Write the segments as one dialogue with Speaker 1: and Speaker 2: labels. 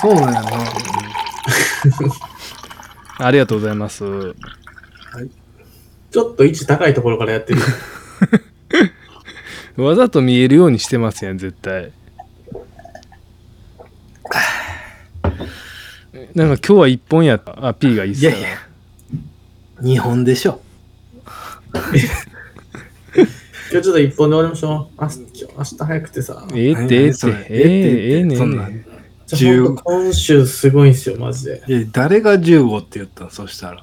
Speaker 1: そうだよな。
Speaker 2: ありがとうございます。
Speaker 3: ちょっと位置高いところからやってる。
Speaker 2: わざと見えるようにしてますやん、絶対。なんか今日は一本やった。あ、P がいいっ
Speaker 1: い
Speaker 2: すよ
Speaker 1: やいや。日本でしょ。
Speaker 3: 今日ちょっと一本で終わりましょう。明日今日明日早くてさ。
Speaker 2: ええってえ
Speaker 1: 何
Speaker 2: えって
Speaker 1: それ
Speaker 2: ええええね
Speaker 1: そ
Speaker 2: ん
Speaker 1: ん
Speaker 2: ね
Speaker 1: なんい
Speaker 3: ちょほんと今週すごいんすよ、マジで。
Speaker 1: や誰が15って言ったのそしたら。
Speaker 3: い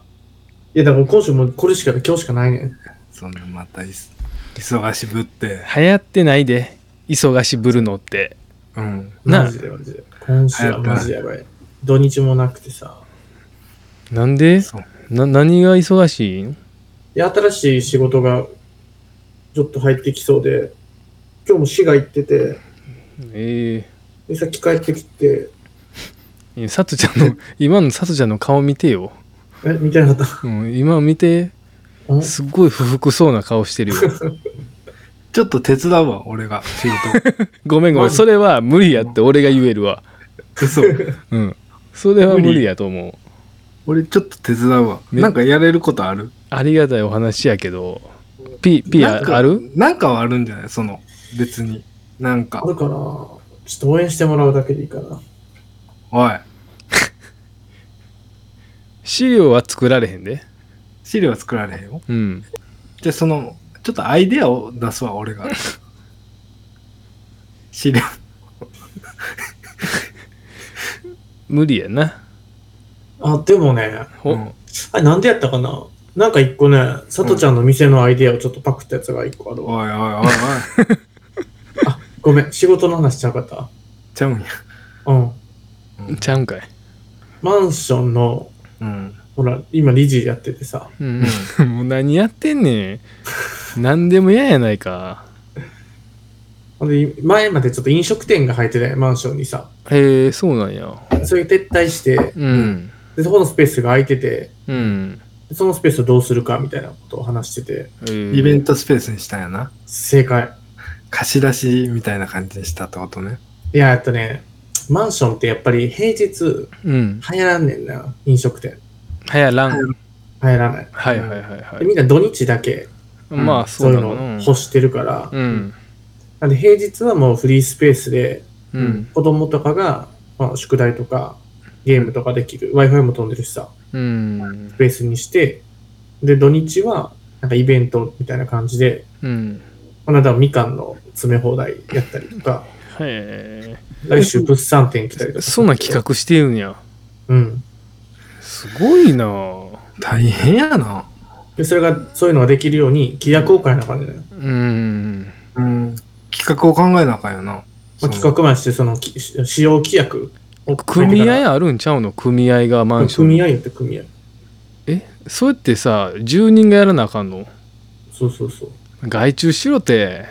Speaker 3: や、だから今週もうこれしか、今日しかないねん。
Speaker 1: そんなまたいす忙しぶって。
Speaker 2: 流行ってないで忙しぶるのって
Speaker 1: うん。
Speaker 2: な
Speaker 3: マジでマジで。今週はマジでやばい。土日もなくてさ。
Speaker 2: なんで
Speaker 1: そう。
Speaker 2: な何が忙しいん
Speaker 3: いや、新しい仕事がちょっと入ってきそうで、今日も市が行ってて、
Speaker 2: え
Speaker 3: でさっき帰ってきて、
Speaker 2: えいやさとちゃ んの今のさとちゃんの顔見てよ、
Speaker 3: え、みたいなかっ
Speaker 2: うん、今見て
Speaker 3: た。ん
Speaker 2: すっごい不服そうな顔してるよ
Speaker 1: ちょっと手伝うわ、俺が仕 事。
Speaker 2: ごめんごめんそれは無理やって俺が言えるわ
Speaker 1: 嘘。
Speaker 2: うんそれは無理やと思う
Speaker 1: 俺ちょっと手伝うわ。
Speaker 2: ね
Speaker 1: なんかやれることある
Speaker 2: ありがたいお話やけど P, P
Speaker 1: なんか
Speaker 2: あある
Speaker 1: なんかはあるんじゃないその、別に。なんか
Speaker 3: あ、るかなちょっと応援してもらうだけでいいかな。
Speaker 1: おい、
Speaker 2: 資料は作られへんで
Speaker 1: 資料は作られへんよ。
Speaker 2: うん
Speaker 1: じゃあその、ちょっとアイデアを出すわ、 俺が。資料。
Speaker 2: 無理やな
Speaker 3: あ、でもね、
Speaker 2: お、
Speaker 1: うん
Speaker 3: あれなんでやったかななんか一個ね、さとちゃんの店のアイデアをちょっとパクったやつが一個あるわ。
Speaker 1: おいおいおいおい。
Speaker 3: あ、ごめん、仕事の話ちゃうかった。
Speaker 1: ちゃうんや。
Speaker 3: うん。
Speaker 2: ちゃうんかい
Speaker 3: マンションの、
Speaker 1: うん。
Speaker 3: ほら、今理事やっててさ、
Speaker 2: うん、 もう何やってんねん。何でも嫌やないか。
Speaker 3: ほんで前までちょっと飲食店が入ってたマンションにさ、
Speaker 2: へえ、そうなんや。
Speaker 3: それ撤退して、
Speaker 2: うん。
Speaker 3: で、そこのスペースが空いてて、
Speaker 2: うん。
Speaker 3: でそのスペースをどうするかみたいなことを話してて、
Speaker 1: イベン
Speaker 2: ト。
Speaker 1: トスペースにしたんやな。
Speaker 3: 正解。
Speaker 1: 貸し出しみたいな感じにしたってことね。
Speaker 3: いや、えっとね、マンションってやっぱり平日
Speaker 2: うん。
Speaker 3: 流行らんねんな、飲食店。
Speaker 2: はやらん。はい
Speaker 3: 流行らない。
Speaker 2: はいはいは
Speaker 3: でみんな土日だけ
Speaker 2: い。まあ、
Speaker 3: そ
Speaker 2: そうう
Speaker 3: いう
Speaker 2: な
Speaker 3: の
Speaker 2: の
Speaker 3: を
Speaker 2: な。
Speaker 3: 欲してるから、
Speaker 2: うん。
Speaker 3: なんで平日はもうフリースペースで
Speaker 2: うん。
Speaker 3: 子供とかが、まあ、宿題とかゲームとかできる、Wi-Fi も飛んでるしさ、
Speaker 2: うん
Speaker 3: ス。ペースにして、で、土日はなんかイベントみたいな感じで、
Speaker 2: うん。
Speaker 3: この間はみかんの詰め放題やったりと か、
Speaker 2: へ
Speaker 3: 来週物産展来たりと
Speaker 2: え。
Speaker 3: か。
Speaker 2: そんな企画してるんや。
Speaker 3: うん。
Speaker 2: すごいなぁ
Speaker 1: 大変やな。
Speaker 3: で、それが、そういうのができるように、規約を変えなあかんねんな。ま
Speaker 2: うん。
Speaker 1: うん。企画を考えなあかんよな。
Speaker 3: あ、企画まして、その、き使用規約を
Speaker 2: 組
Speaker 3: や
Speaker 2: 合あるんちゃうの組合がマンション。
Speaker 3: 組合やって組合。
Speaker 2: え、そうやってさ、住人がやらなあかんの
Speaker 3: そうそ うそう。
Speaker 2: 外注しろて。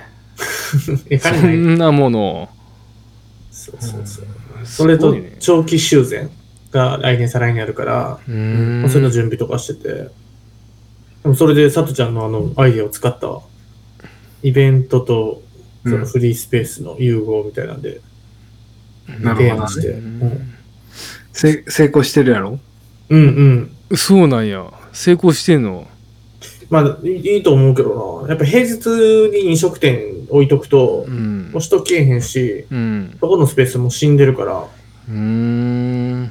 Speaker 3: え、
Speaker 2: そ
Speaker 3: かんない。
Speaker 2: んなもの。
Speaker 3: そうそうそう。
Speaker 2: そ
Speaker 3: それと、長期修繕が来年再来年あるから、
Speaker 2: う
Speaker 3: まあそれの
Speaker 2: ん。
Speaker 3: 準備とかしてて。でもそれで、さとちゃんのあの、アイデアを使ったわイベントと、そのフリースペースの融合みたいなんで、
Speaker 1: な
Speaker 3: 提
Speaker 1: るほ
Speaker 3: 案
Speaker 1: ど
Speaker 3: し
Speaker 1: ね。
Speaker 3: て。
Speaker 1: せ成功してるやろ
Speaker 3: うんうんうん。
Speaker 2: そうなんや。成功してんの。
Speaker 3: まあ、いいいと思うけどな。やっぱ平日に飲食店置いとくと
Speaker 2: う、ん
Speaker 3: もう。人来えへんし、
Speaker 2: うん。
Speaker 3: そこのスペースも死んでるから、
Speaker 2: うーん。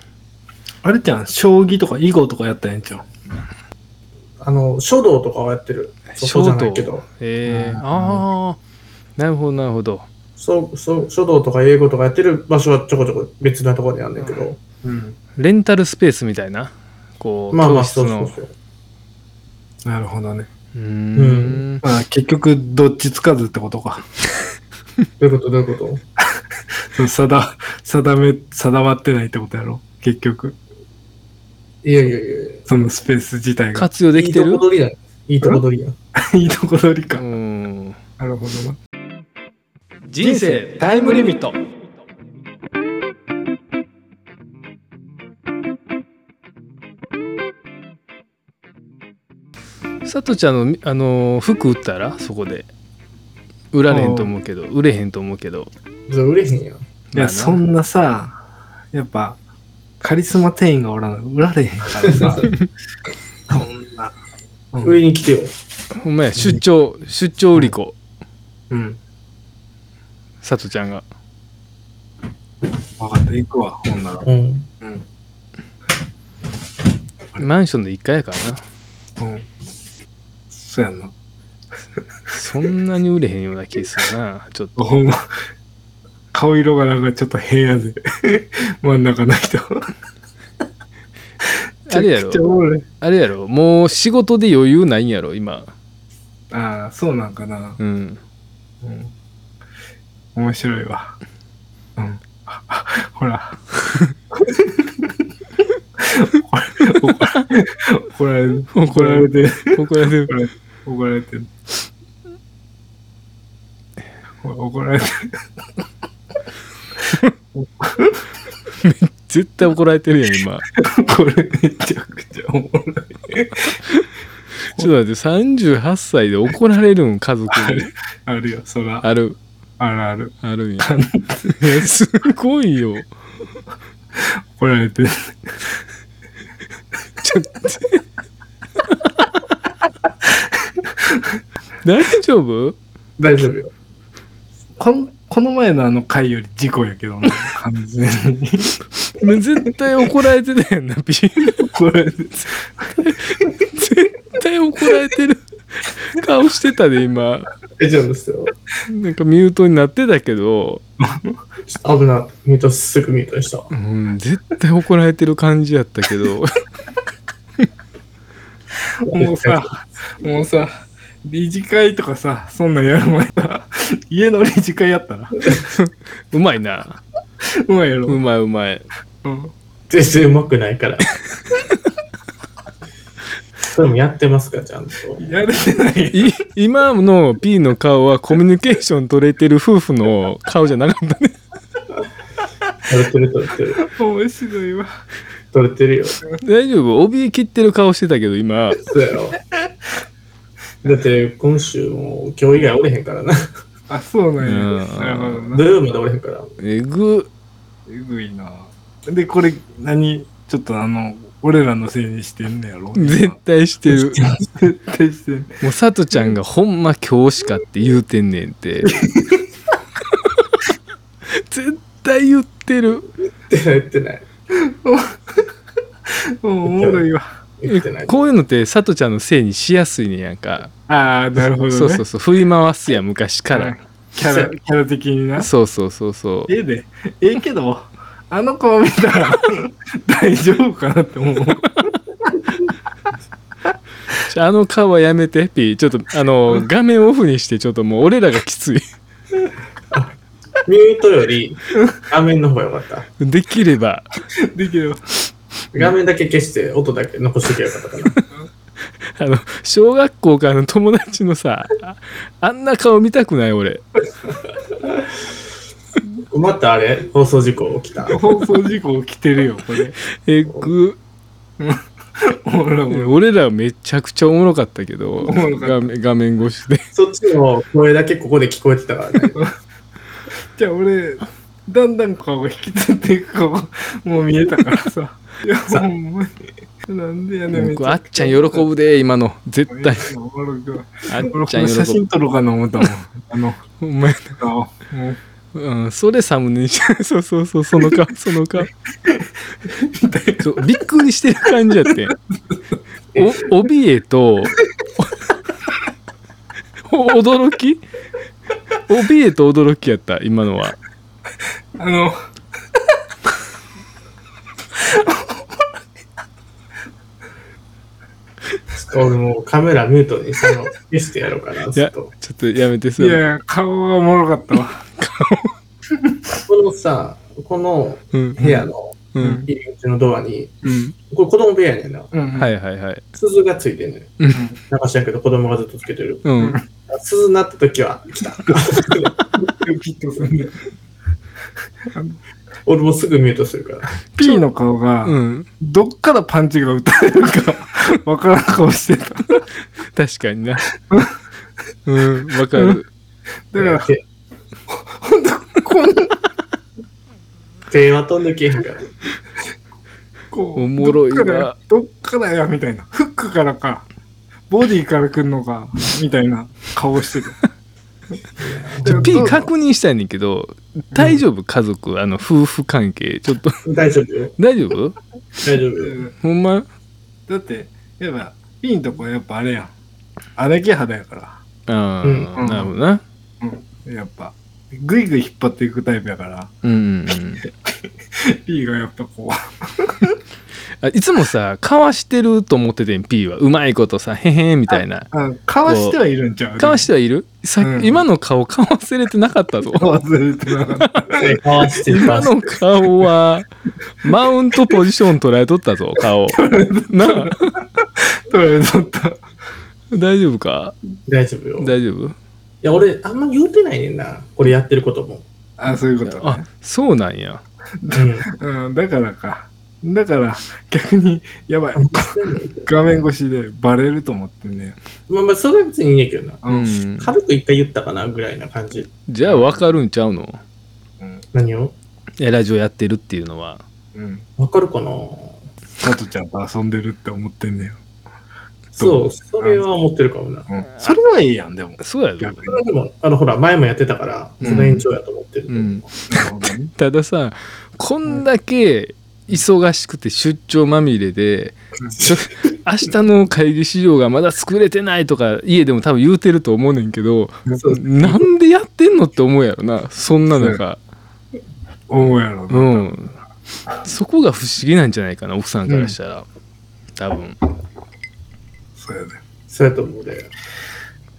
Speaker 1: あれじゃん、将棋とか囲碁とかやったらええんちゃう
Speaker 3: あの、書道とかはやってる。そこじゃないけど。
Speaker 2: ええ
Speaker 1: うん
Speaker 2: ああ。なるほど、なるほど。
Speaker 3: そう、そう、書道とか英語とかやってる場所はちょこちょこ別なところにあんねんけど。
Speaker 1: うん。
Speaker 2: レンタルスペースみたいな。こう、
Speaker 3: まあま
Speaker 2: 教
Speaker 3: あ、
Speaker 2: 室
Speaker 3: そうそ
Speaker 2: の
Speaker 3: う。そう。
Speaker 1: なるほどね。
Speaker 2: うーん。
Speaker 1: まあ結局、どっちつかずってことか。
Speaker 3: どういうことどういうこと
Speaker 1: 定、定め、定まってないってことやろ結局。
Speaker 3: いやいやいやいや
Speaker 1: そのスペース自体が。
Speaker 2: 活用で
Speaker 3: い
Speaker 2: き
Speaker 3: い
Speaker 2: て
Speaker 3: と
Speaker 2: る
Speaker 3: こ取りやん。いいとこ取りや ん。
Speaker 1: いいとこ取り
Speaker 2: う
Speaker 1: か。
Speaker 2: ん。
Speaker 1: なるほどな。
Speaker 2: 人生タイムリミット。さとちゃんの、あのー服売ったらそこで売られへんと思うけど売れへんと思うけど
Speaker 3: じゃあ売れへんや
Speaker 1: い
Speaker 3: ん。
Speaker 1: や、そんなさ、やっぱ、カリスマ店員がおらん、売られへんから さ。こんな。うん。
Speaker 3: 上に来てよ。
Speaker 2: ほんまや出張出張売り子
Speaker 1: うん。
Speaker 2: さとちゃんが
Speaker 1: 分かった、行くわ、ほんなら。
Speaker 3: うん。
Speaker 1: うん。
Speaker 2: マンションで1階やからな
Speaker 1: うん。そうやんな。
Speaker 2: そんなに売れへんようなケースるなちょっと
Speaker 1: ほんま、顔色がなんかちょっと平野で、 真ん中の人。
Speaker 2: あれや
Speaker 1: めちゃくちゃお
Speaker 2: ろ
Speaker 1: もろい
Speaker 2: あれやろもう仕事で余裕ないんやろ今
Speaker 1: ああ、そうなんかな。
Speaker 2: うん
Speaker 1: うん。面白いわ。うん。 ああほら。怒られる。怒られてる。
Speaker 2: ここやで
Speaker 1: 怒られてる。ほら怒られてる。
Speaker 2: 絶対怒られてるやん今
Speaker 1: これめちゃくちゃおもろい。
Speaker 2: ちょっと待って38歳で怒られるん家族で
Speaker 1: あるよ、そら。
Speaker 2: ある
Speaker 1: あるある。
Speaker 2: あるんや いやすごいよ
Speaker 1: 怒られてる。
Speaker 2: ちょっと大丈夫
Speaker 1: 大丈夫よ。このこの前のあの回より事故やけどな、完全に。
Speaker 2: ね絶対怒られてたやんなピー
Speaker 1: 怒られてる。
Speaker 2: 絶対怒られてる顔してたで今
Speaker 3: 大丈夫ですよ。
Speaker 2: なんかミュートになってたけど、
Speaker 3: ちょっと危ない。ミュート、すぐミュートにした。
Speaker 2: うん、絶対怒られてる感じやったけど
Speaker 1: もうさ、もうさ、理事会とかさ、そんなんやる前さ、家の理事会やったら、
Speaker 2: うまいな
Speaker 1: うまいやろ。
Speaker 2: うまいうまい
Speaker 1: うん
Speaker 3: 全然うまくない から。それもやってますか、ちゃんと。
Speaker 1: やれてない。
Speaker 2: い今の P の顔はコミュニケーション取れてる夫婦の顔じゃなかったね
Speaker 3: 取れてる、取れてる。
Speaker 1: 面白いわ。
Speaker 3: 取れてるよ。
Speaker 2: 大丈夫怯え切ってる顔してたけど今
Speaker 3: そうやろ。だって、今週も今日以外おれへん からな。
Speaker 1: あ、そうなん
Speaker 2: う
Speaker 1: や。
Speaker 2: ん
Speaker 1: なるほど
Speaker 3: 土
Speaker 1: な。
Speaker 3: 曜までおれへんから。
Speaker 2: えぐ
Speaker 1: えぐいな。で、これ、何ちょっとあの、俺らのせいにしてんねやろ。
Speaker 2: 絶対してる
Speaker 1: 絶対してん。
Speaker 2: もうさとちゃんがほんま今日しかって言うてんねんて絶対言ってる
Speaker 3: 言ってない、言ってない。
Speaker 1: もうおもろいわ。
Speaker 3: 言ってない。
Speaker 2: こういうのってさとちゃんのせいにしやすいねんやんか、
Speaker 1: ああ、なるほどね。
Speaker 2: そうそうそう振り回すやん昔か
Speaker 1: うん
Speaker 2: ら、
Speaker 1: キャラ、キャラ的にな。
Speaker 2: そうそうそうそう
Speaker 1: ええで、ええけど、あの顔見たら大丈夫かなって思う。
Speaker 2: ちょあの顔はやめてピーちょっとあの画面オフにしてちょっともう俺らがきつい
Speaker 3: ミュートより画面の方が良かった。
Speaker 2: できれば
Speaker 1: できれば。
Speaker 3: 画面だけ消して、音だけ残しておけばよかっ たかな。
Speaker 2: あの小学校からの友達のさああんな顔見たくない俺
Speaker 3: またあれ放送事故起きた。
Speaker 1: 放送事故起きてるよ、これ。
Speaker 2: えぐ
Speaker 1: ほら、もう
Speaker 2: 俺らめちゃくちゃおもろかったけど
Speaker 1: おもろかった
Speaker 2: 画面画面越しで
Speaker 3: そっちの声だけここで聞こえてたから ね。
Speaker 1: じゃあ俺、だんだん顔が引きつっていく顔がもう見えたからさ。いや、ほんまに。なん でやねん。めち
Speaker 2: 僕あっちゃん喜
Speaker 1: く
Speaker 2: ぶで今の絶対
Speaker 1: おもろいわ
Speaker 2: あ
Speaker 1: 俺
Speaker 2: っ
Speaker 1: こ
Speaker 2: ちゃ
Speaker 1: の
Speaker 2: ん
Speaker 1: 写
Speaker 2: 喜ぶ
Speaker 1: 真撮ろうかな思ったもん。あの
Speaker 2: お前
Speaker 1: 顔。もう
Speaker 2: うん、それサムネにして、 そうそうそう、そ の顔、その顔。そうびっくりしてる感じやってん。お、怯えと、お驚き怯えと驚きやった、今のは。
Speaker 1: あの。
Speaker 3: ちょっと俺もうカメラミュートにしたの消してやろうかな。
Speaker 2: い
Speaker 3: ちょ
Speaker 2: や、
Speaker 3: っ
Speaker 2: ちょ
Speaker 3: と
Speaker 2: っとやめて、
Speaker 1: い
Speaker 2: それ。
Speaker 1: や、顔がおもろかったわ。
Speaker 3: このさ、この
Speaker 2: うん、
Speaker 3: 部屋の
Speaker 2: うん、
Speaker 3: 入り口のドアに、
Speaker 1: うん。
Speaker 3: これ子供部屋やねんな。
Speaker 1: うん。。
Speaker 2: はいいはいはい。
Speaker 3: 鈴がついてんねん。
Speaker 2: うん、
Speaker 3: 流しやけど子供がずっとつけてる。
Speaker 2: うん。
Speaker 3: 鈴鳴った時は、来た。
Speaker 1: きっとすんで。
Speaker 3: 俺もすぐミュートするから。
Speaker 1: P の顔が、
Speaker 2: うん、
Speaker 1: どっからパンチが打たれるかわからん顔してた。だ
Speaker 2: 確かにな。うん、わかる。
Speaker 1: から、
Speaker 3: 手
Speaker 1: ほんと、こんな、
Speaker 3: 手は飛んでけえへんから。
Speaker 1: こう
Speaker 2: おもろい
Speaker 1: どっから
Speaker 2: わ
Speaker 1: やどっからやみたいなフックからかボディからくんのかみたいな顔 して
Speaker 2: ちょ
Speaker 1: る
Speaker 2: P 確認したいねんけど大丈夫家族あの夫婦関係ちょっと
Speaker 3: 大丈夫よ。
Speaker 2: 大丈夫
Speaker 3: 大丈夫
Speaker 1: う
Speaker 3: よ。
Speaker 1: ん
Speaker 2: ほんま
Speaker 1: だってやっぱ P のとこはやっぱあれやん姉貴肌やか
Speaker 2: ああ、
Speaker 3: うん
Speaker 2: なるほどな
Speaker 1: らやっぱグイグイ引っ張っていくタイプやから
Speaker 2: うんうんうん
Speaker 1: P がやっぱこう
Speaker 2: あいつもさかわしてると思っててん P はうまいことさへへんみたいな
Speaker 1: あかわしてはいるんちゃう
Speaker 2: かわしてはいるさ、
Speaker 1: うん
Speaker 2: 今の顔かわせれてなかったぞ
Speaker 1: かわせれてな かった
Speaker 3: かわしてるか
Speaker 2: 今
Speaker 3: わしてる
Speaker 2: の顔はマウントポジション捉えとったぞ顔なあ
Speaker 1: 取れとった
Speaker 2: 大丈夫か
Speaker 3: 大丈夫よ。い
Speaker 2: 大丈夫
Speaker 3: や、俺、あんま言うてないねんな。これやってることも。
Speaker 1: あそういうこと、
Speaker 2: あそうなんや
Speaker 3: うん。
Speaker 1: うん、だからかだから逆にやばい画面越しでバレると思ってね
Speaker 3: まあまあ、それは別にいいねんけどな。
Speaker 1: う
Speaker 2: うんん
Speaker 3: 軽く一回言ったかなぐらいな感じ。
Speaker 2: じゃあ分かるんちゃうの
Speaker 3: 何を
Speaker 2: いやラジオやってるっていうのは
Speaker 1: うん
Speaker 3: わかるかな
Speaker 1: さとちゃんと遊んでるって思ってんねよ、
Speaker 3: そう、それは思ってるかもな。
Speaker 1: うん、それはいいやんでも
Speaker 2: そうやろ
Speaker 1: 逆
Speaker 3: それはでも、あの、ほら、前もやってたから、その延長やと思ってる。
Speaker 2: うん
Speaker 1: なるほどね
Speaker 2: たださこんだけ忙しくて出張まみれでちょ明日の会議資料がまだ作れてないとか家でも多分言うてると思うねんけど
Speaker 3: そう
Speaker 2: なんでやってんのって思うやろなそんな中
Speaker 1: 思うやろな、
Speaker 2: うんそこが不思議なんじゃないかな奥さんからしたら、多分
Speaker 1: そうやね
Speaker 3: そうやと思うで。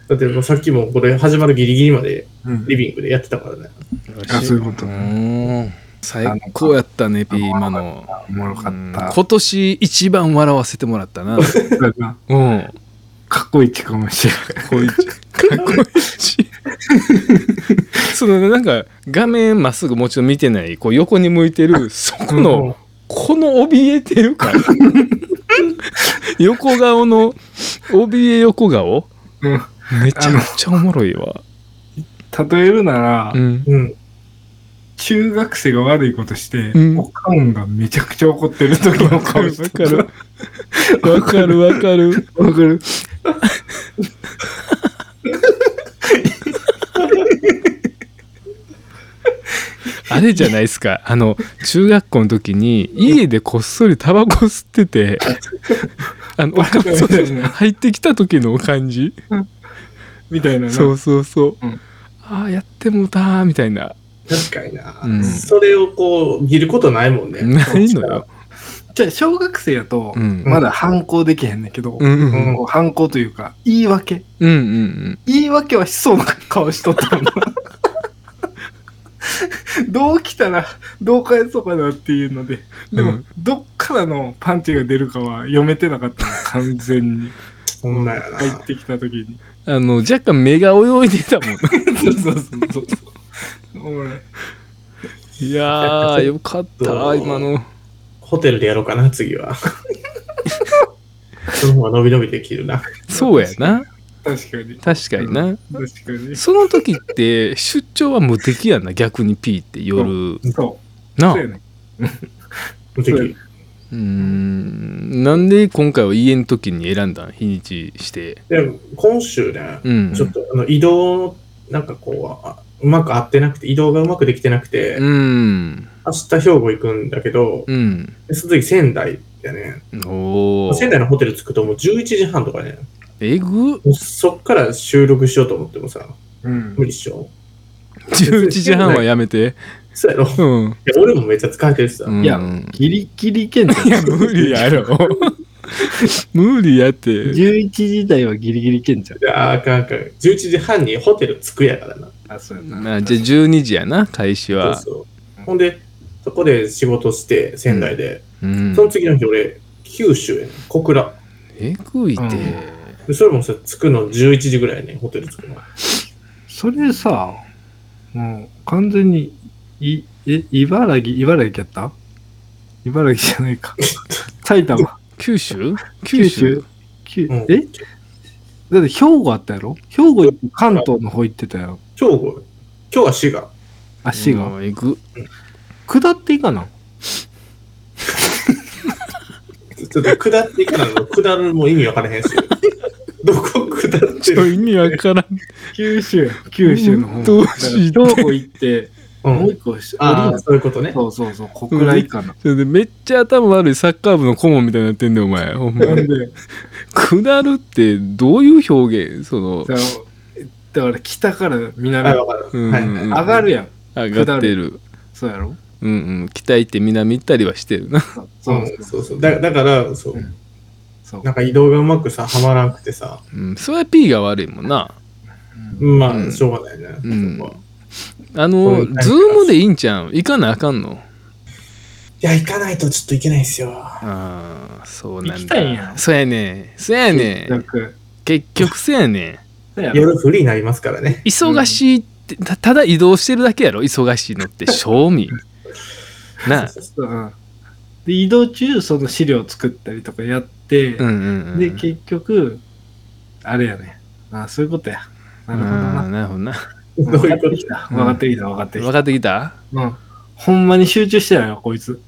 Speaker 3: だってもうさっきもこれ始まるギリギリまで
Speaker 1: うん
Speaker 3: リビングでやってたからね。
Speaker 1: あそういうこと
Speaker 2: う
Speaker 1: ね
Speaker 2: ーん最高やったねピー今の
Speaker 1: おもろか
Speaker 2: う
Speaker 1: っ
Speaker 2: ん
Speaker 1: た
Speaker 2: 今年一番笑わせてもらったな
Speaker 1: そうやな
Speaker 2: うん
Speaker 1: 過去一かもしれ
Speaker 2: こいち。 かっこいいし。 そのなんか画面まっすぐもちろん見てないこう横に向いてるそこの、この怯えて るから横顔の怯え横顔
Speaker 1: ない、
Speaker 2: めちゃくちゃおもろいわ、
Speaker 1: うん、例えるなら、
Speaker 2: うん、
Speaker 3: うん。
Speaker 1: 中学生が悪いことして、
Speaker 2: うん
Speaker 1: おかんがめちゃくちゃ怒ってる時の
Speaker 2: わか
Speaker 1: 顔
Speaker 2: る
Speaker 1: し
Speaker 2: わ
Speaker 1: て
Speaker 2: かるわかるわかる
Speaker 1: わかる
Speaker 2: あれじゃないですか あの中学校の時に家でこっそりタバコ吸 っててあのおかんそうそう入ってきた時の感じ
Speaker 1: みたいなな
Speaker 2: そうそうそう、
Speaker 1: うん
Speaker 2: ああやってもうたーみたいな
Speaker 3: 確かにな。
Speaker 2: うん
Speaker 3: それをこう、見ることないもんね。
Speaker 2: ないのよ、
Speaker 1: じゃあ小学生やと、
Speaker 2: うん、
Speaker 1: まだ反抗できへんねんけど、
Speaker 2: うんうんうん
Speaker 1: こう反抗というか言い訳
Speaker 2: うんうん
Speaker 1: 言い訳はしそうな顔しとったのどう来たらどう返そうかなっていうのででも、
Speaker 2: うん
Speaker 1: どっからのパンチが出るかは読めてなかったの完全に
Speaker 3: そんなんやな。
Speaker 1: 入ってきた時に
Speaker 2: あの若干目が泳いでたもん
Speaker 1: そうそうそうそうおもろい
Speaker 2: いやーよかった今の
Speaker 3: ホテルでやろうかな、次は。その方が伸び伸びできるな。
Speaker 2: そうやな
Speaker 1: 確かに
Speaker 2: 確かにな
Speaker 1: 確かに
Speaker 2: その時って出張は無敵やんな逆に P って夜
Speaker 1: そう
Speaker 2: な
Speaker 1: そう
Speaker 2: う
Speaker 1: やね
Speaker 3: 無敵。
Speaker 2: ーんなんで今回は家の時に選んだん日にちして
Speaker 3: でも今週ね、
Speaker 2: うん
Speaker 3: ちょっとあの移動、なんかこうあ、うまく合ってなくて、移動がうまくできてなくて、
Speaker 2: うん
Speaker 3: 明日兵庫行くんだけど、
Speaker 2: うん
Speaker 3: でその時仙台やね。
Speaker 2: おお
Speaker 3: 仙台のホテル着くともう11時半とかね、
Speaker 2: えぐ
Speaker 3: もうそっから収録しようと思ってもさ、
Speaker 1: うん
Speaker 3: 無理っしょ。
Speaker 2: 11時半はやめて
Speaker 3: そうやろ。い
Speaker 2: うん
Speaker 3: や俺もめっちゃ疲れてるしさ。
Speaker 2: うん
Speaker 1: いやギリギリけんじゃん
Speaker 2: いや、無理やろ。 無理やって。
Speaker 1: 11時台はギリギリけんじゃん
Speaker 3: いやあかんあかん。11時半にホテル着くやからな。
Speaker 1: あそうや
Speaker 2: まあ、じゃあ12時やな、開始は。
Speaker 3: そうそう。ほんで、そこで仕事して、仙台で。
Speaker 2: うん
Speaker 3: その次の日俺、九州やねん。小倉。
Speaker 2: えぐいて。
Speaker 3: でそれもさ、着くの11時ぐらいやねん、ホテル着くの。
Speaker 1: それさ、もう完全に、い、え、茨城、茨城やった茨城じゃない か。埼玉。
Speaker 2: 九州
Speaker 1: 九
Speaker 2: 九
Speaker 1: 州
Speaker 2: 州
Speaker 1: きゅ
Speaker 3: うん
Speaker 1: えだって兵庫あったやろ兵庫行って関東の方行ってたやろ
Speaker 3: 兵庫。今日は滋賀。
Speaker 1: 足
Speaker 2: う
Speaker 1: が。
Speaker 2: んえぐ。
Speaker 1: 下っていかな
Speaker 3: ちょっと下っていかな の、下るも意味わからへんし。どこ下って
Speaker 2: ちょ
Speaker 3: る
Speaker 2: 意味わからん。
Speaker 1: 九州、九州の方。
Speaker 2: どうして
Speaker 1: 兵庫行って、
Speaker 3: う。
Speaker 1: もうん一個し、
Speaker 3: ああ、そういうことね。
Speaker 1: そうそうそう、小倉以下の。
Speaker 2: それでめっちゃ頭悪いサッカー部の顧問みたいになってんだよ、お前。ほんま
Speaker 1: なんで、
Speaker 2: 下るってどういう表現その、
Speaker 1: だだから北から
Speaker 3: はい、
Speaker 1: 南、
Speaker 3: わかる。
Speaker 2: うん
Speaker 3: はい。
Speaker 2: うん
Speaker 1: 上がるやん。
Speaker 2: 上がってる。
Speaker 1: そうやろ
Speaker 2: うんうん。北行って南行ったりはしてるな。
Speaker 1: そううん
Speaker 3: そうそう。だだから、そう。
Speaker 1: そう。
Speaker 3: なんか移動がうまくさ、はまらなくてさ、
Speaker 2: うん。それは P が悪いもんな。
Speaker 3: ま
Speaker 2: うん
Speaker 3: あ、しょうがないね。
Speaker 2: うん
Speaker 3: そこは
Speaker 2: あ
Speaker 3: こう
Speaker 2: の、ズ
Speaker 3: いうタイプ
Speaker 2: ームでいいんちゃう行かなあかんの
Speaker 3: いや、行かないとちょっといけないですよ。
Speaker 2: ああ、そうなんだ。
Speaker 1: 行きたいんや
Speaker 2: そうやねん。そうやね。
Speaker 1: なんんか
Speaker 2: 結局そうやねん。
Speaker 1: そうやろ
Speaker 3: 夜フリーになりますからね。
Speaker 2: 忙しいって、たただ移動してるだけやろ忙しいのって、賞味。なあ。
Speaker 1: うんで移動中その資料作ったりとかやって、
Speaker 2: うんうんうん。
Speaker 1: で結局あれやねあそういうことやなるほど
Speaker 2: あー
Speaker 1: な
Speaker 2: なるほどな。
Speaker 3: どう
Speaker 1: 分
Speaker 3: い
Speaker 1: かっ
Speaker 3: うこ
Speaker 1: て
Speaker 3: と
Speaker 1: きた
Speaker 2: うん
Speaker 1: 分かってきた分かってき
Speaker 2: 分
Speaker 1: た、
Speaker 2: かってきた
Speaker 1: うん、ほんまに集中してないよこい つ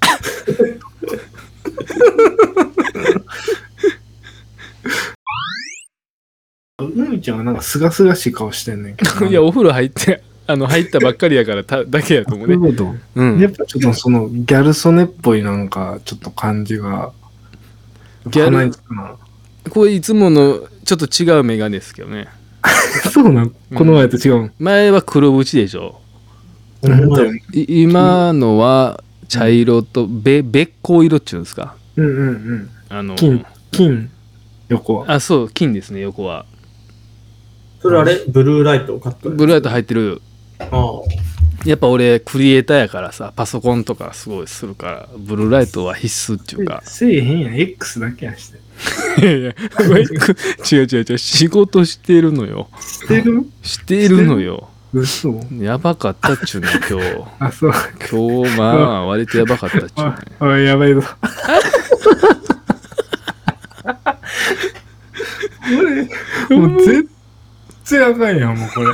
Speaker 1: うみちゃんはなんかすがすがしい顔してんねんけど
Speaker 2: いや、お風呂入って、あの、入ったばっかりやからただ けやと思
Speaker 1: そううい
Speaker 2: ね
Speaker 1: う。こと
Speaker 2: うん。
Speaker 1: やっぱちょっとそのギャル曽根っぽいなんかちょっと感じが
Speaker 2: ギャル
Speaker 1: 鼻につくな
Speaker 2: これいつものちょっと違うメガネですけどね。
Speaker 1: そうなんこの前と違うの、
Speaker 2: 前は黒縁でしょ。
Speaker 1: なんだよ
Speaker 3: ね。
Speaker 2: い今のは茶色とべべっこう色っちゅうんですか。
Speaker 1: うんうんうん
Speaker 2: あの、
Speaker 1: 金金横は
Speaker 2: あ、そう、金ですね、横は。
Speaker 3: それあれブルーライトを買った
Speaker 2: ブルーライト入ってる。
Speaker 3: ああ。
Speaker 2: やっぱ俺、クリエイターやからさ、パソコンとかすごいするから、ブルーライトは必須っていうか。
Speaker 1: せえへんやん X だけやんして
Speaker 2: いやい や、これ違う違う違う、仕事してるのよ。
Speaker 1: してる
Speaker 2: してるのよ。
Speaker 1: 嘘
Speaker 2: やばかったっちゅうね、今日。
Speaker 1: あそう
Speaker 2: 今日、まあ、割とやばかったっちゅう ね
Speaker 1: あ。あやばいぞこれもう絶対あかんやんもうこれ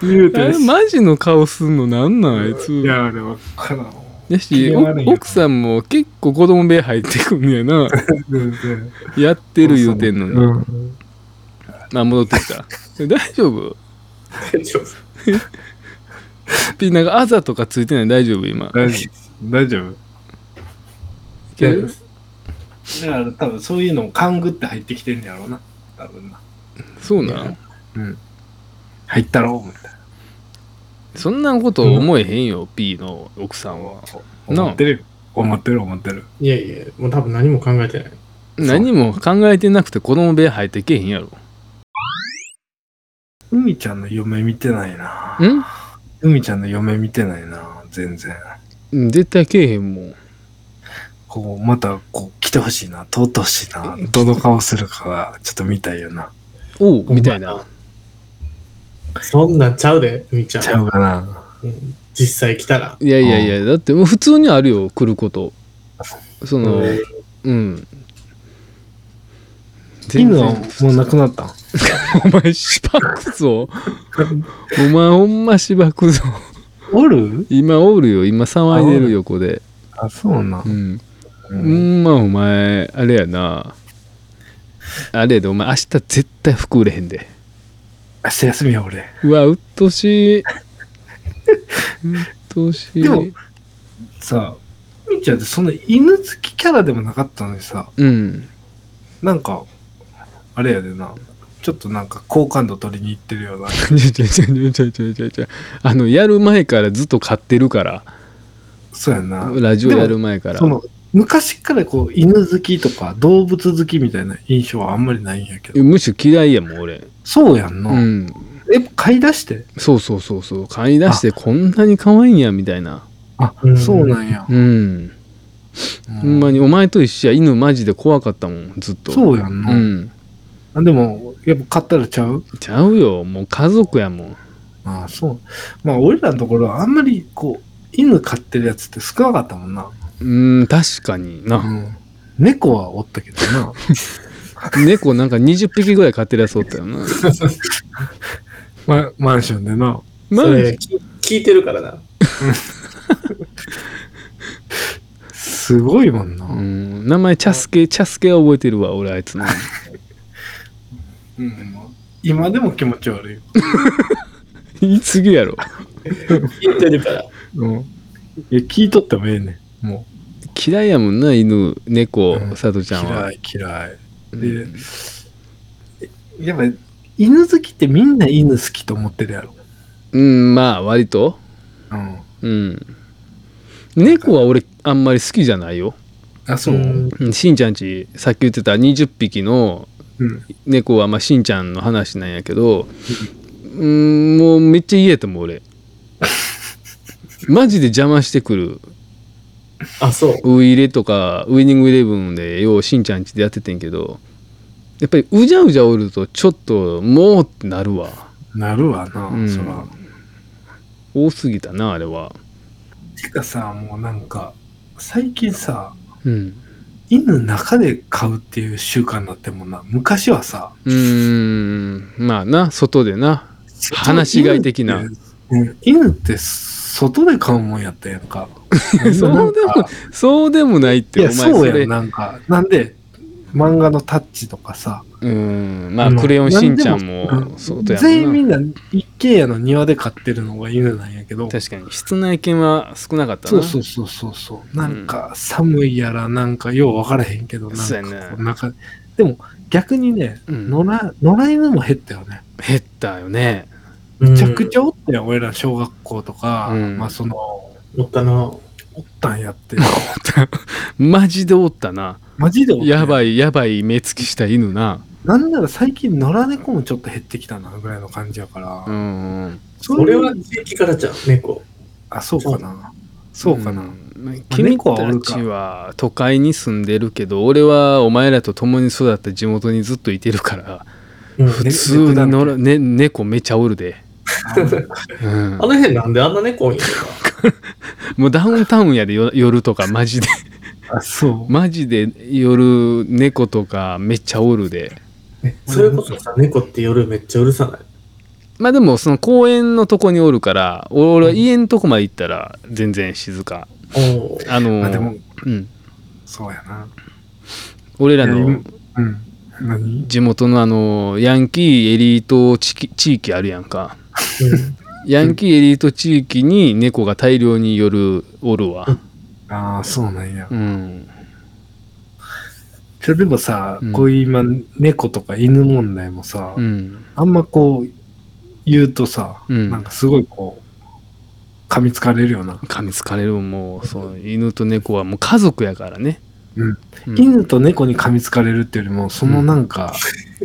Speaker 1: 言う
Speaker 2: あ
Speaker 1: たら
Speaker 2: れマジの顔すんのなんなんあいつ
Speaker 1: いやあれわからん
Speaker 2: や
Speaker 1: 機
Speaker 2: し
Speaker 1: 嫌悪いん
Speaker 2: お
Speaker 1: や
Speaker 2: 奥さんも結構子供部屋入ってくんねや なやってる言うてんのに、
Speaker 1: うん
Speaker 2: まあ戻ってきた大丈夫
Speaker 3: 大丈夫。
Speaker 2: ピーなんかあざとかついてない大丈夫今
Speaker 1: 大丈夫大丈夫
Speaker 2: いける
Speaker 1: だから多分そういうのを勘ぐって入ってきてんやろうな多分な
Speaker 2: そうなん
Speaker 1: うん入ったろみたい
Speaker 2: そんなこと思えへんよ、ピーの奥さんは
Speaker 1: な
Speaker 2: な
Speaker 1: 思ってるよ思ってる思ってる
Speaker 3: いやいや、もう多分何も考えてない。
Speaker 2: 何も考えてなくて子供部屋入ってけへんやろ
Speaker 1: 海ちゃんの嫁見てないなん海ちゃんの嫁見てないな全然
Speaker 2: うん絶対けえへんもん
Speaker 1: こうまたこう来てほしいな通ってほしいなどの顔するかはちょっと見たいよな
Speaker 2: おうみたいな
Speaker 3: そんなんちゃうで、みーちゃん。
Speaker 1: ちゃうかな
Speaker 3: うん実際来たら。
Speaker 2: いやいやいやだってもう普通にあるよ来ることそのうん。全
Speaker 1: 犬
Speaker 2: 然
Speaker 1: はもうなくなったん
Speaker 2: お前、しばくぞ。お前、ほんましばくぞ。
Speaker 1: おる
Speaker 2: 今おるよ。今騒いでる横で。
Speaker 1: あそうな
Speaker 2: うん。
Speaker 1: う
Speaker 2: ほんま、お前、あれやな。あれやで、お前、明日絶対服売れへんで。
Speaker 1: 明日休みや俺
Speaker 2: うわ、うっ としい。うっとしい。
Speaker 1: でもさみーちゃんってそんな犬好きキャラでもなかったのにさ
Speaker 2: うん。
Speaker 1: なんかあれやでなちょっとなんか好感度取りに行ってるような
Speaker 2: ちゃちゃちゃちゃちゃちゃちゃ。あの、やる前からずっと買ってるから。
Speaker 1: そうやな
Speaker 2: ラジオやる前から
Speaker 1: そ。の昔からこう犬好きとか動物好きみたいな印象はあんまりないんやけど
Speaker 2: むしろ嫌いやもん、俺。
Speaker 1: そうやんな、
Speaker 2: うん。
Speaker 1: え買い出して
Speaker 2: そうそうそうそう買い出してこんなに可愛いんやみたいな
Speaker 1: あ、
Speaker 3: うん
Speaker 1: そうなんや、
Speaker 2: うん、
Speaker 1: うん
Speaker 2: ほんまにお前と一緒や犬マジで怖かったもんずっと
Speaker 1: そうやんな、
Speaker 2: ん
Speaker 1: あでもやっぱ買ったらちゃう
Speaker 2: ちゃうよもう家族やもん
Speaker 1: あそうまあ俺らのところはあんまりこう犬飼ってるやつって少なかったもんな、
Speaker 2: うん確かに
Speaker 1: う
Speaker 2: な、
Speaker 1: ん、猫はおったけどな
Speaker 2: 猫なんか20匹ぐらい飼ってるやつおったよな
Speaker 1: まマンションでな
Speaker 2: まあ
Speaker 3: それ、き聞いてるからな。
Speaker 1: すごいもんな。
Speaker 2: うん、名前チャスケチャスケは覚えてるわ俺あいつの
Speaker 1: うん今でも気持ち悪いよ。
Speaker 2: 言い過ぎやろ、
Speaker 3: 言ってるから。
Speaker 2: うん、
Speaker 1: いや、聞いとってもええねん。も
Speaker 2: 嫌いやもんな犬猫
Speaker 1: うん
Speaker 2: さと
Speaker 1: う、
Speaker 2: ちゃんは
Speaker 1: 嫌い、嫌い。
Speaker 2: うん
Speaker 1: でやっぱ、犬好きってみんな犬好きと思ってるやろ。
Speaker 2: うんまあ割と
Speaker 1: うん。
Speaker 2: うん猫は俺あんまり好きじゃないよ、
Speaker 1: あ、そう。うん。
Speaker 2: うん、しんちゃんちさっき言ってた20匹の猫はまあしんちゃんの話なんやけど うんもうめっちゃ嫌やと思う俺マジで邪魔してくる
Speaker 3: あ、そう。
Speaker 2: ウイイレとかウイニングイレブンでようしんちゃんちでやっててんけどやっぱりうじゃうじゃおるとちょっともうってなるわ
Speaker 1: なるわな、
Speaker 2: うん
Speaker 1: そら。
Speaker 2: 多すぎたなあれは
Speaker 1: てかさ、もうなんか、最近さ、
Speaker 2: うん
Speaker 1: 犬中で飼うっていう習慣になってんもんな。昔はさ、
Speaker 2: うーんまあな外でな 放し飼い的な。
Speaker 1: 犬って。うん犬って外で飼うもんやったやんか
Speaker 2: そうでも
Speaker 1: なんか
Speaker 2: そうでもないっ
Speaker 1: い
Speaker 2: てお
Speaker 1: や、
Speaker 2: 前
Speaker 1: そ
Speaker 2: そう
Speaker 1: や
Speaker 2: れ
Speaker 1: ん、なんか。なんで、漫画のタッチとかさ、
Speaker 2: うーんまあ
Speaker 3: うん
Speaker 2: クレヨンしんちゃん
Speaker 1: なんで
Speaker 2: も
Speaker 1: も
Speaker 2: そうだ
Speaker 1: 全
Speaker 2: よ
Speaker 1: 員
Speaker 2: な
Speaker 1: みんな一軒家の庭で飼ってるのが犬なんやけど、
Speaker 2: 確かに室内犬は少なかった
Speaker 1: そ
Speaker 2: な
Speaker 1: うそうそうそうそう。なんか寒いやら、なんかよう分からへんけど、なん
Speaker 2: そうや
Speaker 1: か
Speaker 2: ね
Speaker 1: こうなんか、でも逆にね、
Speaker 2: うん
Speaker 1: 野良野良犬も減ったよね。
Speaker 2: 減ったよね
Speaker 3: め
Speaker 1: めちゃくちゃおったよ、俺ら小学校とか、
Speaker 2: うん
Speaker 1: まあその、お
Speaker 3: 乗ったな。
Speaker 1: ったんやって。
Speaker 2: マジでおったな
Speaker 1: マジでおったん
Speaker 2: やば
Speaker 1: い。
Speaker 2: いやばい目つきした犬な
Speaker 1: なんなら最近野良猫もちょっと減ってきたな、ぐらいの感じやから。
Speaker 2: うんうん
Speaker 1: そ
Speaker 3: 俺は地域からじゃん、猫。
Speaker 1: あ、そうかな。そうかな。
Speaker 2: ん
Speaker 1: あ
Speaker 2: 君
Speaker 1: 猫はお
Speaker 2: た
Speaker 1: る
Speaker 2: ち
Speaker 1: か
Speaker 2: は都会に住んでるけど俺はお前らと共に育った地元にずっといてるから
Speaker 3: うん。
Speaker 2: 普通にのら、ね、猫めちゃおるで、うん
Speaker 3: あの辺なんであんな猫多いんや
Speaker 2: もうダウンタウンやでよ 夜とかマジで
Speaker 1: あ、そう。
Speaker 2: マジで夜猫とかめっちゃおるで
Speaker 3: ろな。それこそさ、猫って夜めっちゃうるさない。
Speaker 2: まあでもその公園のとこにおるからお俺は家のとこまで行ったら全然静か
Speaker 3: おー
Speaker 2: あの
Speaker 1: まあでも、
Speaker 2: うん、
Speaker 1: そうやな。
Speaker 2: 俺ら
Speaker 1: いや
Speaker 2: の
Speaker 1: 今うん。何
Speaker 2: 地元のあのヤンキーエリート地域地域あるやんか
Speaker 3: うん
Speaker 2: ヤンキーエリート地域に猫が大量に夜おるわ
Speaker 1: ああ、そうなんや。
Speaker 2: うん
Speaker 1: それでもさ、
Speaker 2: うん
Speaker 1: こういう今、猫とか犬問題もさ、
Speaker 2: うん
Speaker 1: あんまこう、言うとさ、
Speaker 2: うん
Speaker 1: なんかすごいこう、噛みつかれるよな。
Speaker 2: 噛みつかれるもうそう犬と猫はもう家族やからね
Speaker 1: うん、
Speaker 2: うん
Speaker 1: 犬と猫に噛みつかれるっていうよりも、そのなんか、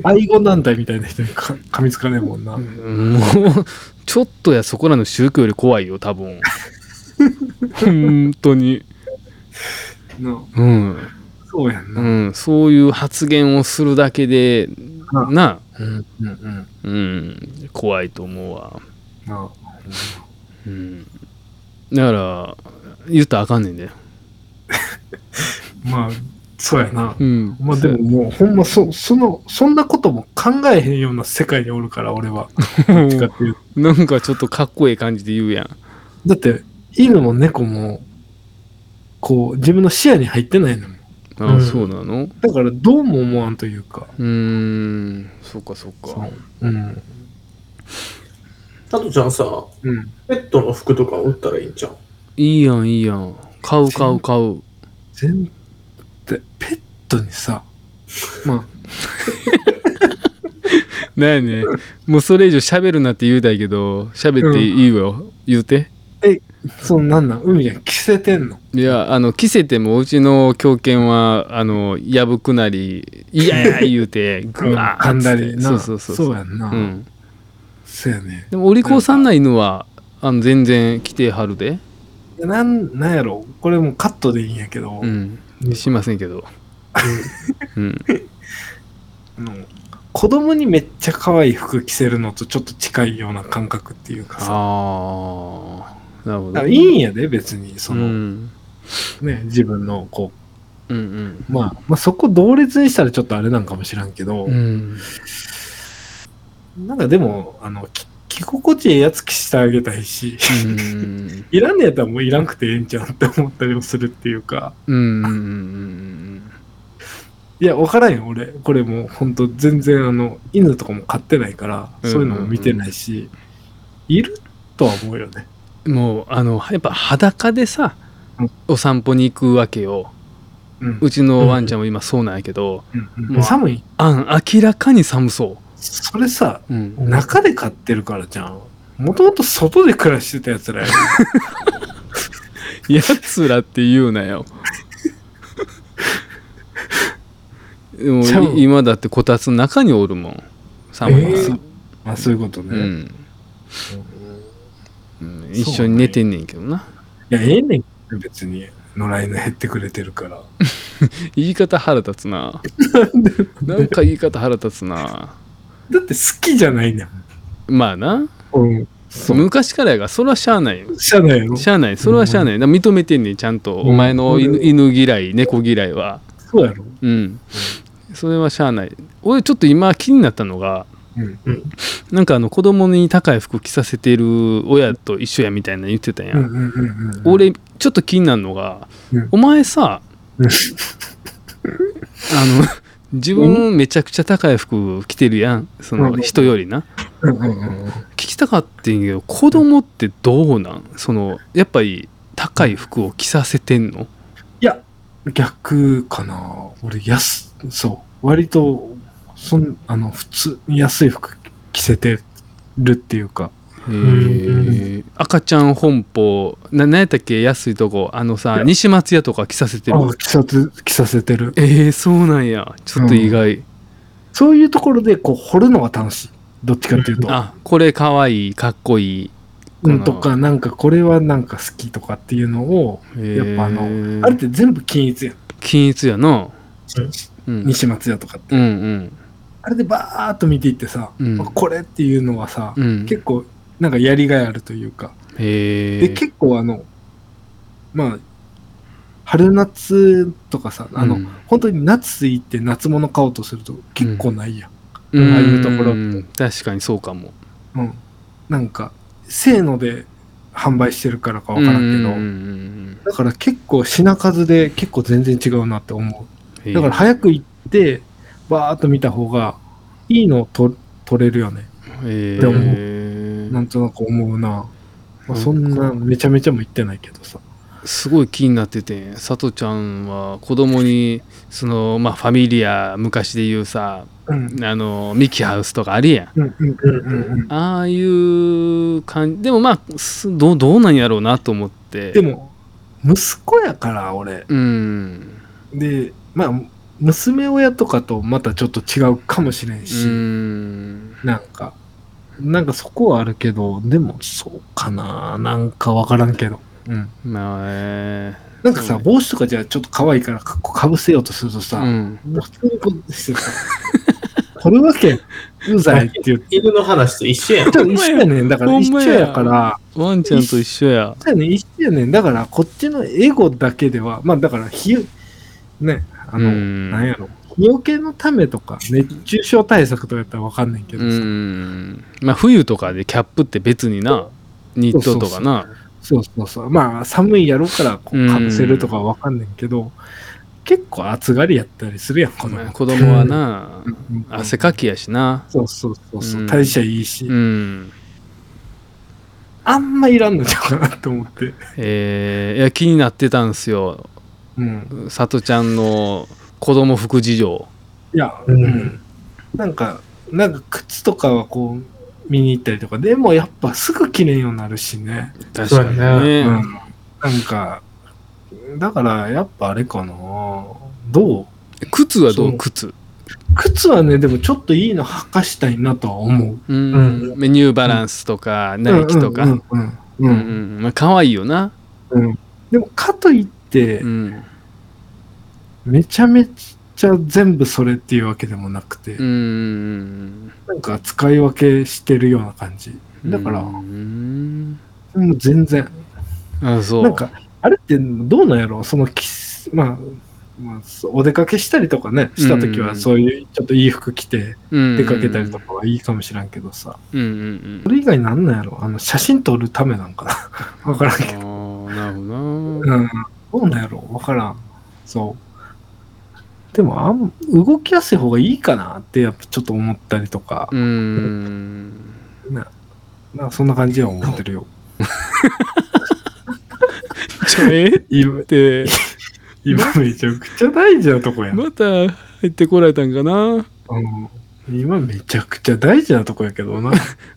Speaker 1: 愛護団体みたいな人にか噛みつかれるもんな。
Speaker 2: もうちょっとやそこらの宗教より怖いよ多分本当に
Speaker 1: な
Speaker 2: うん、
Speaker 1: そうやんな。
Speaker 2: うん、そういう発言をするだけで
Speaker 1: う
Speaker 2: な
Speaker 1: うんうんうん。
Speaker 2: うん怖いと思うわ、
Speaker 1: な
Speaker 2: うん、だから言ったらあかんねんで、
Speaker 1: まあ、そうやな。
Speaker 2: うん、
Speaker 1: まあでももうほんまそ、その、そんなことも考えへんような世界におるから、俺は。どっちかっていうと
Speaker 2: なんかちょっとかっこいい感じで言うやん
Speaker 1: だって、犬も猫も、こう、自分の視野に入ってないのもん。
Speaker 2: あ、
Speaker 3: うん
Speaker 2: そうなの
Speaker 1: だから、どうも思わんというか。
Speaker 2: うーんそうかそうか
Speaker 1: そううん。
Speaker 3: タトちゃんさ、
Speaker 1: うん。
Speaker 3: ペットの服とか売ったらいいんじゃん。
Speaker 2: いいやんいいやん買う買う買う
Speaker 1: 全でペットにさ、ま
Speaker 2: ねえねもうそれ以上喋るなって言うたいけど喋っていいよ、言うて
Speaker 1: あ、そのなんなん、海が着せてんの。
Speaker 2: いやあの着せてもうちの狂犬はあの破くなり「いやいや」言うてグワー
Speaker 1: 噛んだ
Speaker 2: ッ
Speaker 1: り
Speaker 2: て
Speaker 1: な。
Speaker 2: そうそうそうそう
Speaker 1: やんな。
Speaker 2: うん、
Speaker 1: そうやね。
Speaker 2: でもお利口さんな犬はあの全然着てはるで、
Speaker 1: なん、なんやろこれもうカットでいいんやけど、
Speaker 2: うん、しませんけど、うん、
Speaker 1: あの子供にめっちゃ可愛い服着せるのとちょっと近いような感覚っていうかさ。
Speaker 2: ああなるほ
Speaker 1: だか
Speaker 2: ど
Speaker 1: らいいんやで、別に。その、
Speaker 2: うん
Speaker 1: ね、自分の、こ
Speaker 2: うんうん
Speaker 1: う、まあ、まあ、そこ同列にしたらちょっとあれなんかもしらんけど、
Speaker 2: うん
Speaker 1: なんかでも、あの、き着着心地ええやつ着してあげたいし、
Speaker 2: うん
Speaker 1: いらんねやったらもういらんくてええんちゃうって思ったりもするっていうか、
Speaker 2: うんうん
Speaker 1: いや、わからんよ、俺。これもう、ほんと、全然、あの、犬とかも飼ってないから、
Speaker 2: うん
Speaker 1: そういうのも見てないし、いるとは思うよね。
Speaker 2: うんもうあのやっぱ裸でさ
Speaker 1: うん
Speaker 2: お散歩に行くわけよ
Speaker 1: うん。
Speaker 2: うちのワンちゃんも今そうなんやけど、
Speaker 1: うん
Speaker 2: もう
Speaker 1: 寒い。
Speaker 2: あん明らかに寒そ
Speaker 1: それさ、
Speaker 2: う、うん
Speaker 3: うん
Speaker 1: 中で飼ってるからじゃん。もともと外で暮らしてたやつらや。
Speaker 2: やつらって言うなよ。で も
Speaker 1: ちゃう
Speaker 2: い今だってこたつの中におるもん寒いから、
Speaker 3: えー
Speaker 1: あ、そういうことね。
Speaker 2: うん
Speaker 1: うんい
Speaker 2: うん一緒に寝てんねんけどな
Speaker 1: や、ええねん、別に。野良犬減ってくれてるから。
Speaker 2: 言い方腹立つな なんか言い方腹立つな
Speaker 1: だって好きじゃないねん。
Speaker 2: まあな
Speaker 1: うん。そう。
Speaker 2: 昔からやがそれはしゃあないよ
Speaker 1: じゃないの
Speaker 2: しゃあないそれはしゃあない、だから認めてんねんちゃんと、
Speaker 1: うん
Speaker 2: お前の
Speaker 1: そ
Speaker 2: 犬
Speaker 1: れ
Speaker 2: 犬嫌い猫嫌いは
Speaker 1: そうやろ。
Speaker 2: うんそれはしゃあない俺ちょっと今気になったのが
Speaker 1: うん。
Speaker 2: なんかあの子供に高い服着させてる親と一緒やみたいなの言ってたや、
Speaker 1: うんんうんうんうん。
Speaker 2: 俺ちょっと気になるのが、
Speaker 1: うん
Speaker 2: お前さ、
Speaker 1: うん
Speaker 2: あの自分めちゃくちゃ高い服着てるやんその
Speaker 1: うん
Speaker 2: 人よりな
Speaker 1: うんうんうんうん。
Speaker 2: 聞きたかってんけど子供ってどうなんそのやっぱり高い服を着させてんの
Speaker 1: いや、逆かな。俺、安、そう。割と、そん、あの、普通に安い服着せてるっていうか。
Speaker 3: ん
Speaker 2: 赤ちゃん本舗な何やったっけ安いとこあの
Speaker 1: い
Speaker 2: さ
Speaker 1: や
Speaker 2: 西松屋とか着させてる
Speaker 1: あ着させ、着させてる。
Speaker 2: えー、そうなんやちょっと意外、
Speaker 1: そういうところで、こう、掘るのが楽しい。どっちかっていうと。
Speaker 2: あこれかわいいかっこいい
Speaker 1: うん、とか、なんか、これはなんか好きとかっていうのを、やっぱあのあれって全部均一やん。
Speaker 2: 均一やな、うん、
Speaker 1: 西松屋とかって。
Speaker 2: うんうん
Speaker 1: あれでバーっと見ていってさ、
Speaker 2: うん
Speaker 1: これっていうのはさ、
Speaker 2: うん
Speaker 1: 結構、なんかやりがいあるというか。
Speaker 2: へ
Speaker 1: で
Speaker 2: え
Speaker 1: 結構あのまあ春夏とかさあの、
Speaker 2: うん
Speaker 1: 本当に夏行って夏物買おうとすると結構ないやん、
Speaker 2: ん
Speaker 1: ああいうところ
Speaker 2: ん確かにそうかも
Speaker 1: うんなんかせーので販売してるからかわからんけど、
Speaker 2: うんうん
Speaker 1: だから結構品数で結構全然違うなって思
Speaker 2: うんうん
Speaker 1: うだから早く行ってバーっと見た方がいいのをと取れるよね
Speaker 2: へ
Speaker 1: って思う
Speaker 2: え
Speaker 1: なんとなく思うな、まあ、
Speaker 2: そ
Speaker 1: そ
Speaker 2: っか
Speaker 1: んなめちゃめちゃも行ってないけどさ
Speaker 2: すごい気になっててさとちゃんは子供にそのまあファミリア昔で言うさ
Speaker 1: うん
Speaker 2: あのミキハウスとかあるやん
Speaker 1: うんうんうんうんうん
Speaker 2: ああいう感じでもまあすどうどうなんやろうなと思って
Speaker 1: でも息子やから俺
Speaker 2: うん
Speaker 1: でまあ娘親とかとまたちょっと違うかもしれん
Speaker 2: う
Speaker 1: し、
Speaker 2: ん
Speaker 1: なんかなんかそこはあるけどでもそうかななんかわからんけど、うん、
Speaker 2: まあえ
Speaker 1: なんかさ、
Speaker 2: そうね
Speaker 1: 帽子とかじゃあちょっと可愛いからかかぶせようとするとさ、
Speaker 2: ーうん
Speaker 1: もう普通にこうしてさ取るわけうざいって言って。
Speaker 3: 犬の話と一緒やん。
Speaker 1: ちょっと一緒やねん。だから
Speaker 2: ほん
Speaker 1: 一緒
Speaker 2: まや
Speaker 1: やから、
Speaker 2: ワンちゃんと一緒や。
Speaker 1: そうやねん一緒やねん。だからこっちのエゴだけでは、まあだから、ひゆ、ね、あの、
Speaker 2: うん
Speaker 1: なんやろ日よけのためとか熱中症対策とかやったらわかんないけど
Speaker 2: う
Speaker 1: さ、
Speaker 2: ん。まあ冬とかでキャップって別にな、ニットとかな。
Speaker 1: そうそうそうまあ寒いやろうからこ
Speaker 2: う
Speaker 1: うんかぶせるとかはわかんないけど結構暑がりやったりするやんこの
Speaker 2: まあ子供はな、汗か
Speaker 1: き
Speaker 2: きやしな。
Speaker 1: そうそうそうそううん代謝いいし、
Speaker 2: うん。
Speaker 1: あんまいらんのちゃうかなと思って
Speaker 2: えー、いや気になってたんすよ。
Speaker 1: うん
Speaker 2: さとちゃんの子供服事情。
Speaker 1: いや、
Speaker 3: う
Speaker 1: うんんなんかなんか靴とかはこう見に行ったりとかでもやっぱすぐ綺麗になるしね
Speaker 2: 確
Speaker 3: そう
Speaker 2: か
Speaker 3: や
Speaker 2: に
Speaker 3: ね
Speaker 2: ね。
Speaker 1: うんなんか、だからやっぱあれかな。どう
Speaker 2: 靴はど
Speaker 1: そうう
Speaker 2: 靴。
Speaker 1: 靴はね、でもちょっといいの履かしたいなとは思う。
Speaker 2: うん。
Speaker 3: う
Speaker 2: ニューバランスとか、ナイキとか。
Speaker 1: う
Speaker 2: う
Speaker 1: うん
Speaker 2: んんう
Speaker 1: うんうん
Speaker 2: ん。まあ可愛いよな。
Speaker 1: うんでもかといって、
Speaker 2: うん。
Speaker 1: めちゃめちゃ全部それっていうわけでもなくて、
Speaker 2: うん。
Speaker 1: なんか使い分けしてるような感じ。だから、
Speaker 2: うん。
Speaker 1: もう全然。
Speaker 2: あ、そう。
Speaker 1: なんか、あれってどうなんやろそのき、まあ、まあ、そうお出かけしたりとかね、した時
Speaker 2: う
Speaker 1: は
Speaker 2: ん
Speaker 1: そういうちょっといい服着て
Speaker 2: 出
Speaker 1: 出かけたりとかはいいかもしらんけどさ、
Speaker 2: うんうん
Speaker 1: それ以外なんなんやろあの、写真撮るためなんかな わからんけど。
Speaker 2: うん。ああ、なるほどな。
Speaker 1: うん、どうなんやろわからん。そう。でもあん、動きやすい方がいいかなってやっぱちょっと思ったりとか、
Speaker 2: う ーん。
Speaker 1: なんかそんな感じは思ってるよ。
Speaker 2: ちょえっ
Speaker 1: 今、
Speaker 2: て、
Speaker 1: 今めちゃくちゃ大事なとこやん。
Speaker 2: また入ってこられたんかな。
Speaker 1: うん今めちゃくちゃ大事なとこやけどな。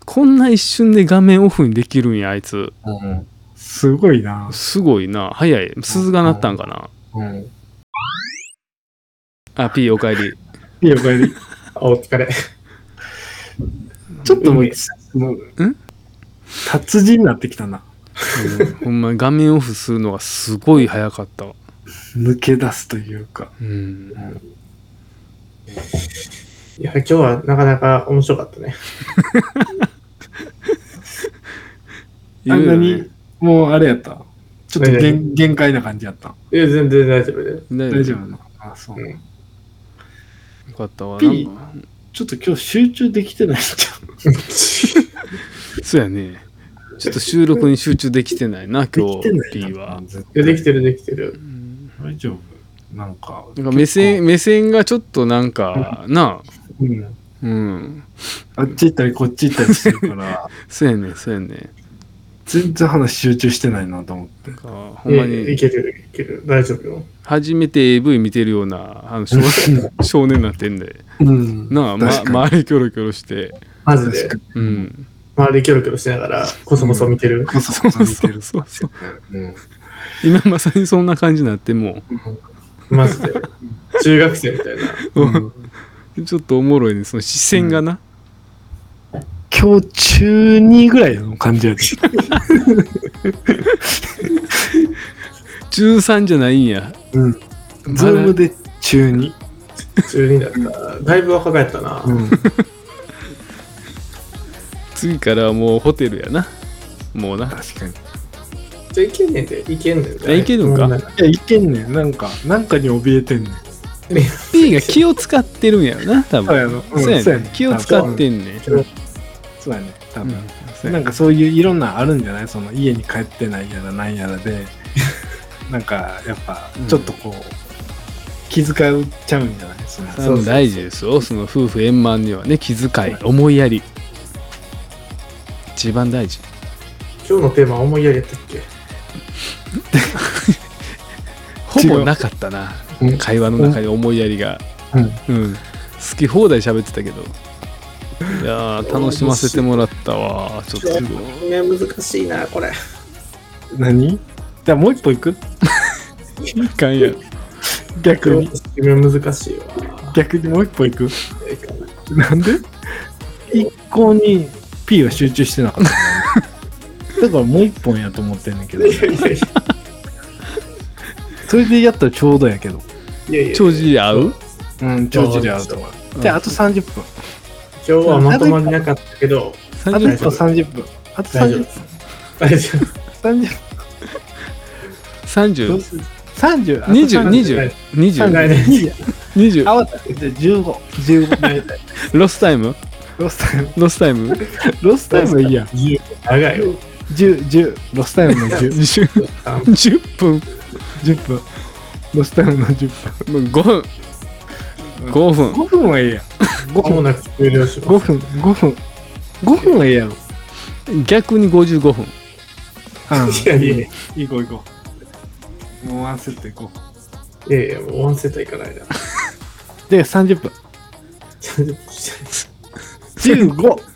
Speaker 2: こんな一瞬で画面オフにできるんや、あいつ。
Speaker 1: うん、すごいな。
Speaker 2: すごいな。早い。鈴が鳴ったんかな。
Speaker 1: うん。
Speaker 2: あ、P おか えり。
Speaker 1: いいよ、これで。
Speaker 3: あお疲れ。
Speaker 1: ちょっともう
Speaker 3: うん、
Speaker 1: もう達人になってきたな。
Speaker 2: うんほんまに画面オフするのがすごい早かったわ。
Speaker 1: 抜け出すというか。
Speaker 2: うん。
Speaker 3: いや、今日はなかなか面白かったね。
Speaker 1: あんな
Speaker 2: 言うよ
Speaker 1: に、もうあれやった。ちょっと
Speaker 3: ええ
Speaker 1: 限限界な感じやった。
Speaker 3: いや、全然大丈夫で。
Speaker 2: ね
Speaker 1: 大丈夫な。あ、そう。
Speaker 3: うん
Speaker 2: よかったわ。
Speaker 1: P
Speaker 2: なんか
Speaker 1: ちょっと今日集中できてないんちゃ
Speaker 2: そうやね。ちょっと収録に集中できてないな、
Speaker 1: う。で
Speaker 2: 今
Speaker 1: きてない
Speaker 2: 日、
Speaker 1: な
Speaker 2: P は。。
Speaker 3: いや、でき
Speaker 1: る。
Speaker 3: てる、できてる。
Speaker 2: うん
Speaker 1: 大丈夫。なんか。
Speaker 2: なんか目線、目線がちょっとなんか、なあ、
Speaker 1: うん
Speaker 2: うん。
Speaker 1: あっち行ったりこっち行ったりするから、
Speaker 2: そうやね、そうやね。
Speaker 1: 全然話集中してないなと思って
Speaker 2: なん。かほ
Speaker 3: い
Speaker 2: んま
Speaker 3: やいやい
Speaker 2: に、
Speaker 3: ける、いける。大丈夫よ。
Speaker 2: 初めて AV 見てるような、あの少 少年になってんで。
Speaker 1: うん。
Speaker 2: なあ、ま、
Speaker 1: 確かに
Speaker 2: 周りキョロキョロして。
Speaker 3: マジ
Speaker 1: 確
Speaker 3: で
Speaker 1: か。に。
Speaker 2: うん。
Speaker 3: 周りキョロキョロしながら、こそこそ見てる。
Speaker 1: こそこそ見てる。
Speaker 2: そうそう
Speaker 1: うん。
Speaker 2: 今まさにそんな感じになっても
Speaker 3: マジで。中学生みたいな。
Speaker 2: う、
Speaker 1: うん
Speaker 2: ちょっとおもろいね、その視線がな。
Speaker 1: 今日中2ぐらいの感じやで。
Speaker 2: 13じゃないんや。
Speaker 1: うん。ズームで中2。
Speaker 3: 中二だった。だいぶ若返ったな。
Speaker 1: うん。
Speaker 2: 次からはもうホテルやな。もうな。
Speaker 1: 確かに。
Speaker 3: じゃあいけんねんで、いけんねん
Speaker 2: あ
Speaker 3: で。
Speaker 2: いけるんか
Speaker 3: 問題ない
Speaker 1: や、いけんねん。なんか、なんかに怯えてんねん。
Speaker 2: P が気を使ってるんやろな、多分。
Speaker 1: やろ。うん
Speaker 2: そうや
Speaker 1: そう
Speaker 2: ね
Speaker 1: やね。
Speaker 2: 気を使ってんね。
Speaker 1: そうやね。多
Speaker 2: うん
Speaker 1: 分。
Speaker 2: そうや
Speaker 1: なん
Speaker 2: ね
Speaker 1: かそういういろんなあるんじゃないその家に帰ってないやらなんやらでなんかやっぱ
Speaker 2: うん
Speaker 1: ちょっとこう、気遣っちゃうんじゃないその
Speaker 2: それも大事ですよ。その夫婦円満にはね、気遣い、思いやり。一番大事。
Speaker 3: 今日のテーマ思いやりやったっけ
Speaker 2: ほぼなかったな
Speaker 1: うん。
Speaker 2: 会話の中に思いやりが。
Speaker 1: うん
Speaker 2: うん。好き放題喋ってたけど。いやー、楽しませてもらったわ。ちょっと。
Speaker 3: いや、難しいな、これ。
Speaker 1: 何じゃあもう一歩行く
Speaker 2: いかんやろ。
Speaker 1: 逆に
Speaker 3: いや難しいわ。
Speaker 1: 逆にもう一歩行くなんで一向に P は集中してなかった からねだからもう一本やと思ってんねんけど
Speaker 3: いやいやい
Speaker 1: それでやったらちょうどやけど
Speaker 3: やいや。
Speaker 2: 長寿合う
Speaker 1: うん長寿で合うと思うじゃああと30分
Speaker 3: 今日はまとまりなかったけど、
Speaker 1: あと
Speaker 2: 30
Speaker 1: 一個30分あと
Speaker 3: 大丈
Speaker 1: 30
Speaker 3: 夫です。大
Speaker 1: 分
Speaker 3: 丈
Speaker 2: 30
Speaker 1: 30
Speaker 2: 20
Speaker 3: 30
Speaker 2: 2020
Speaker 3: 夫。来年に。
Speaker 1: あ、
Speaker 2: 20
Speaker 1: わかった。じゃあ15。15で。
Speaker 2: ロスタイム
Speaker 1: ロスタイム。
Speaker 2: ロスタイム
Speaker 1: ロスタイムいいやん。
Speaker 3: 10長いよ。
Speaker 1: 10、10。ロスタイムの10。
Speaker 2: 10 10分
Speaker 1: 10分。ロスタイムの10
Speaker 2: 5分5
Speaker 1: 分。
Speaker 2: 分
Speaker 1: 5分はいいやん。5
Speaker 3: まも
Speaker 1: 分。
Speaker 3: なく終了し
Speaker 1: 5
Speaker 3: ます。
Speaker 1: 分。5分。5分はいいやろ。
Speaker 2: 逆に55分
Speaker 1: あ
Speaker 3: いやいやいや
Speaker 1: いいこういこう。もうワンセットいこう。
Speaker 3: いやいや、もうワンセットいかないな。
Speaker 1: で、30分。
Speaker 3: 30
Speaker 1: 15。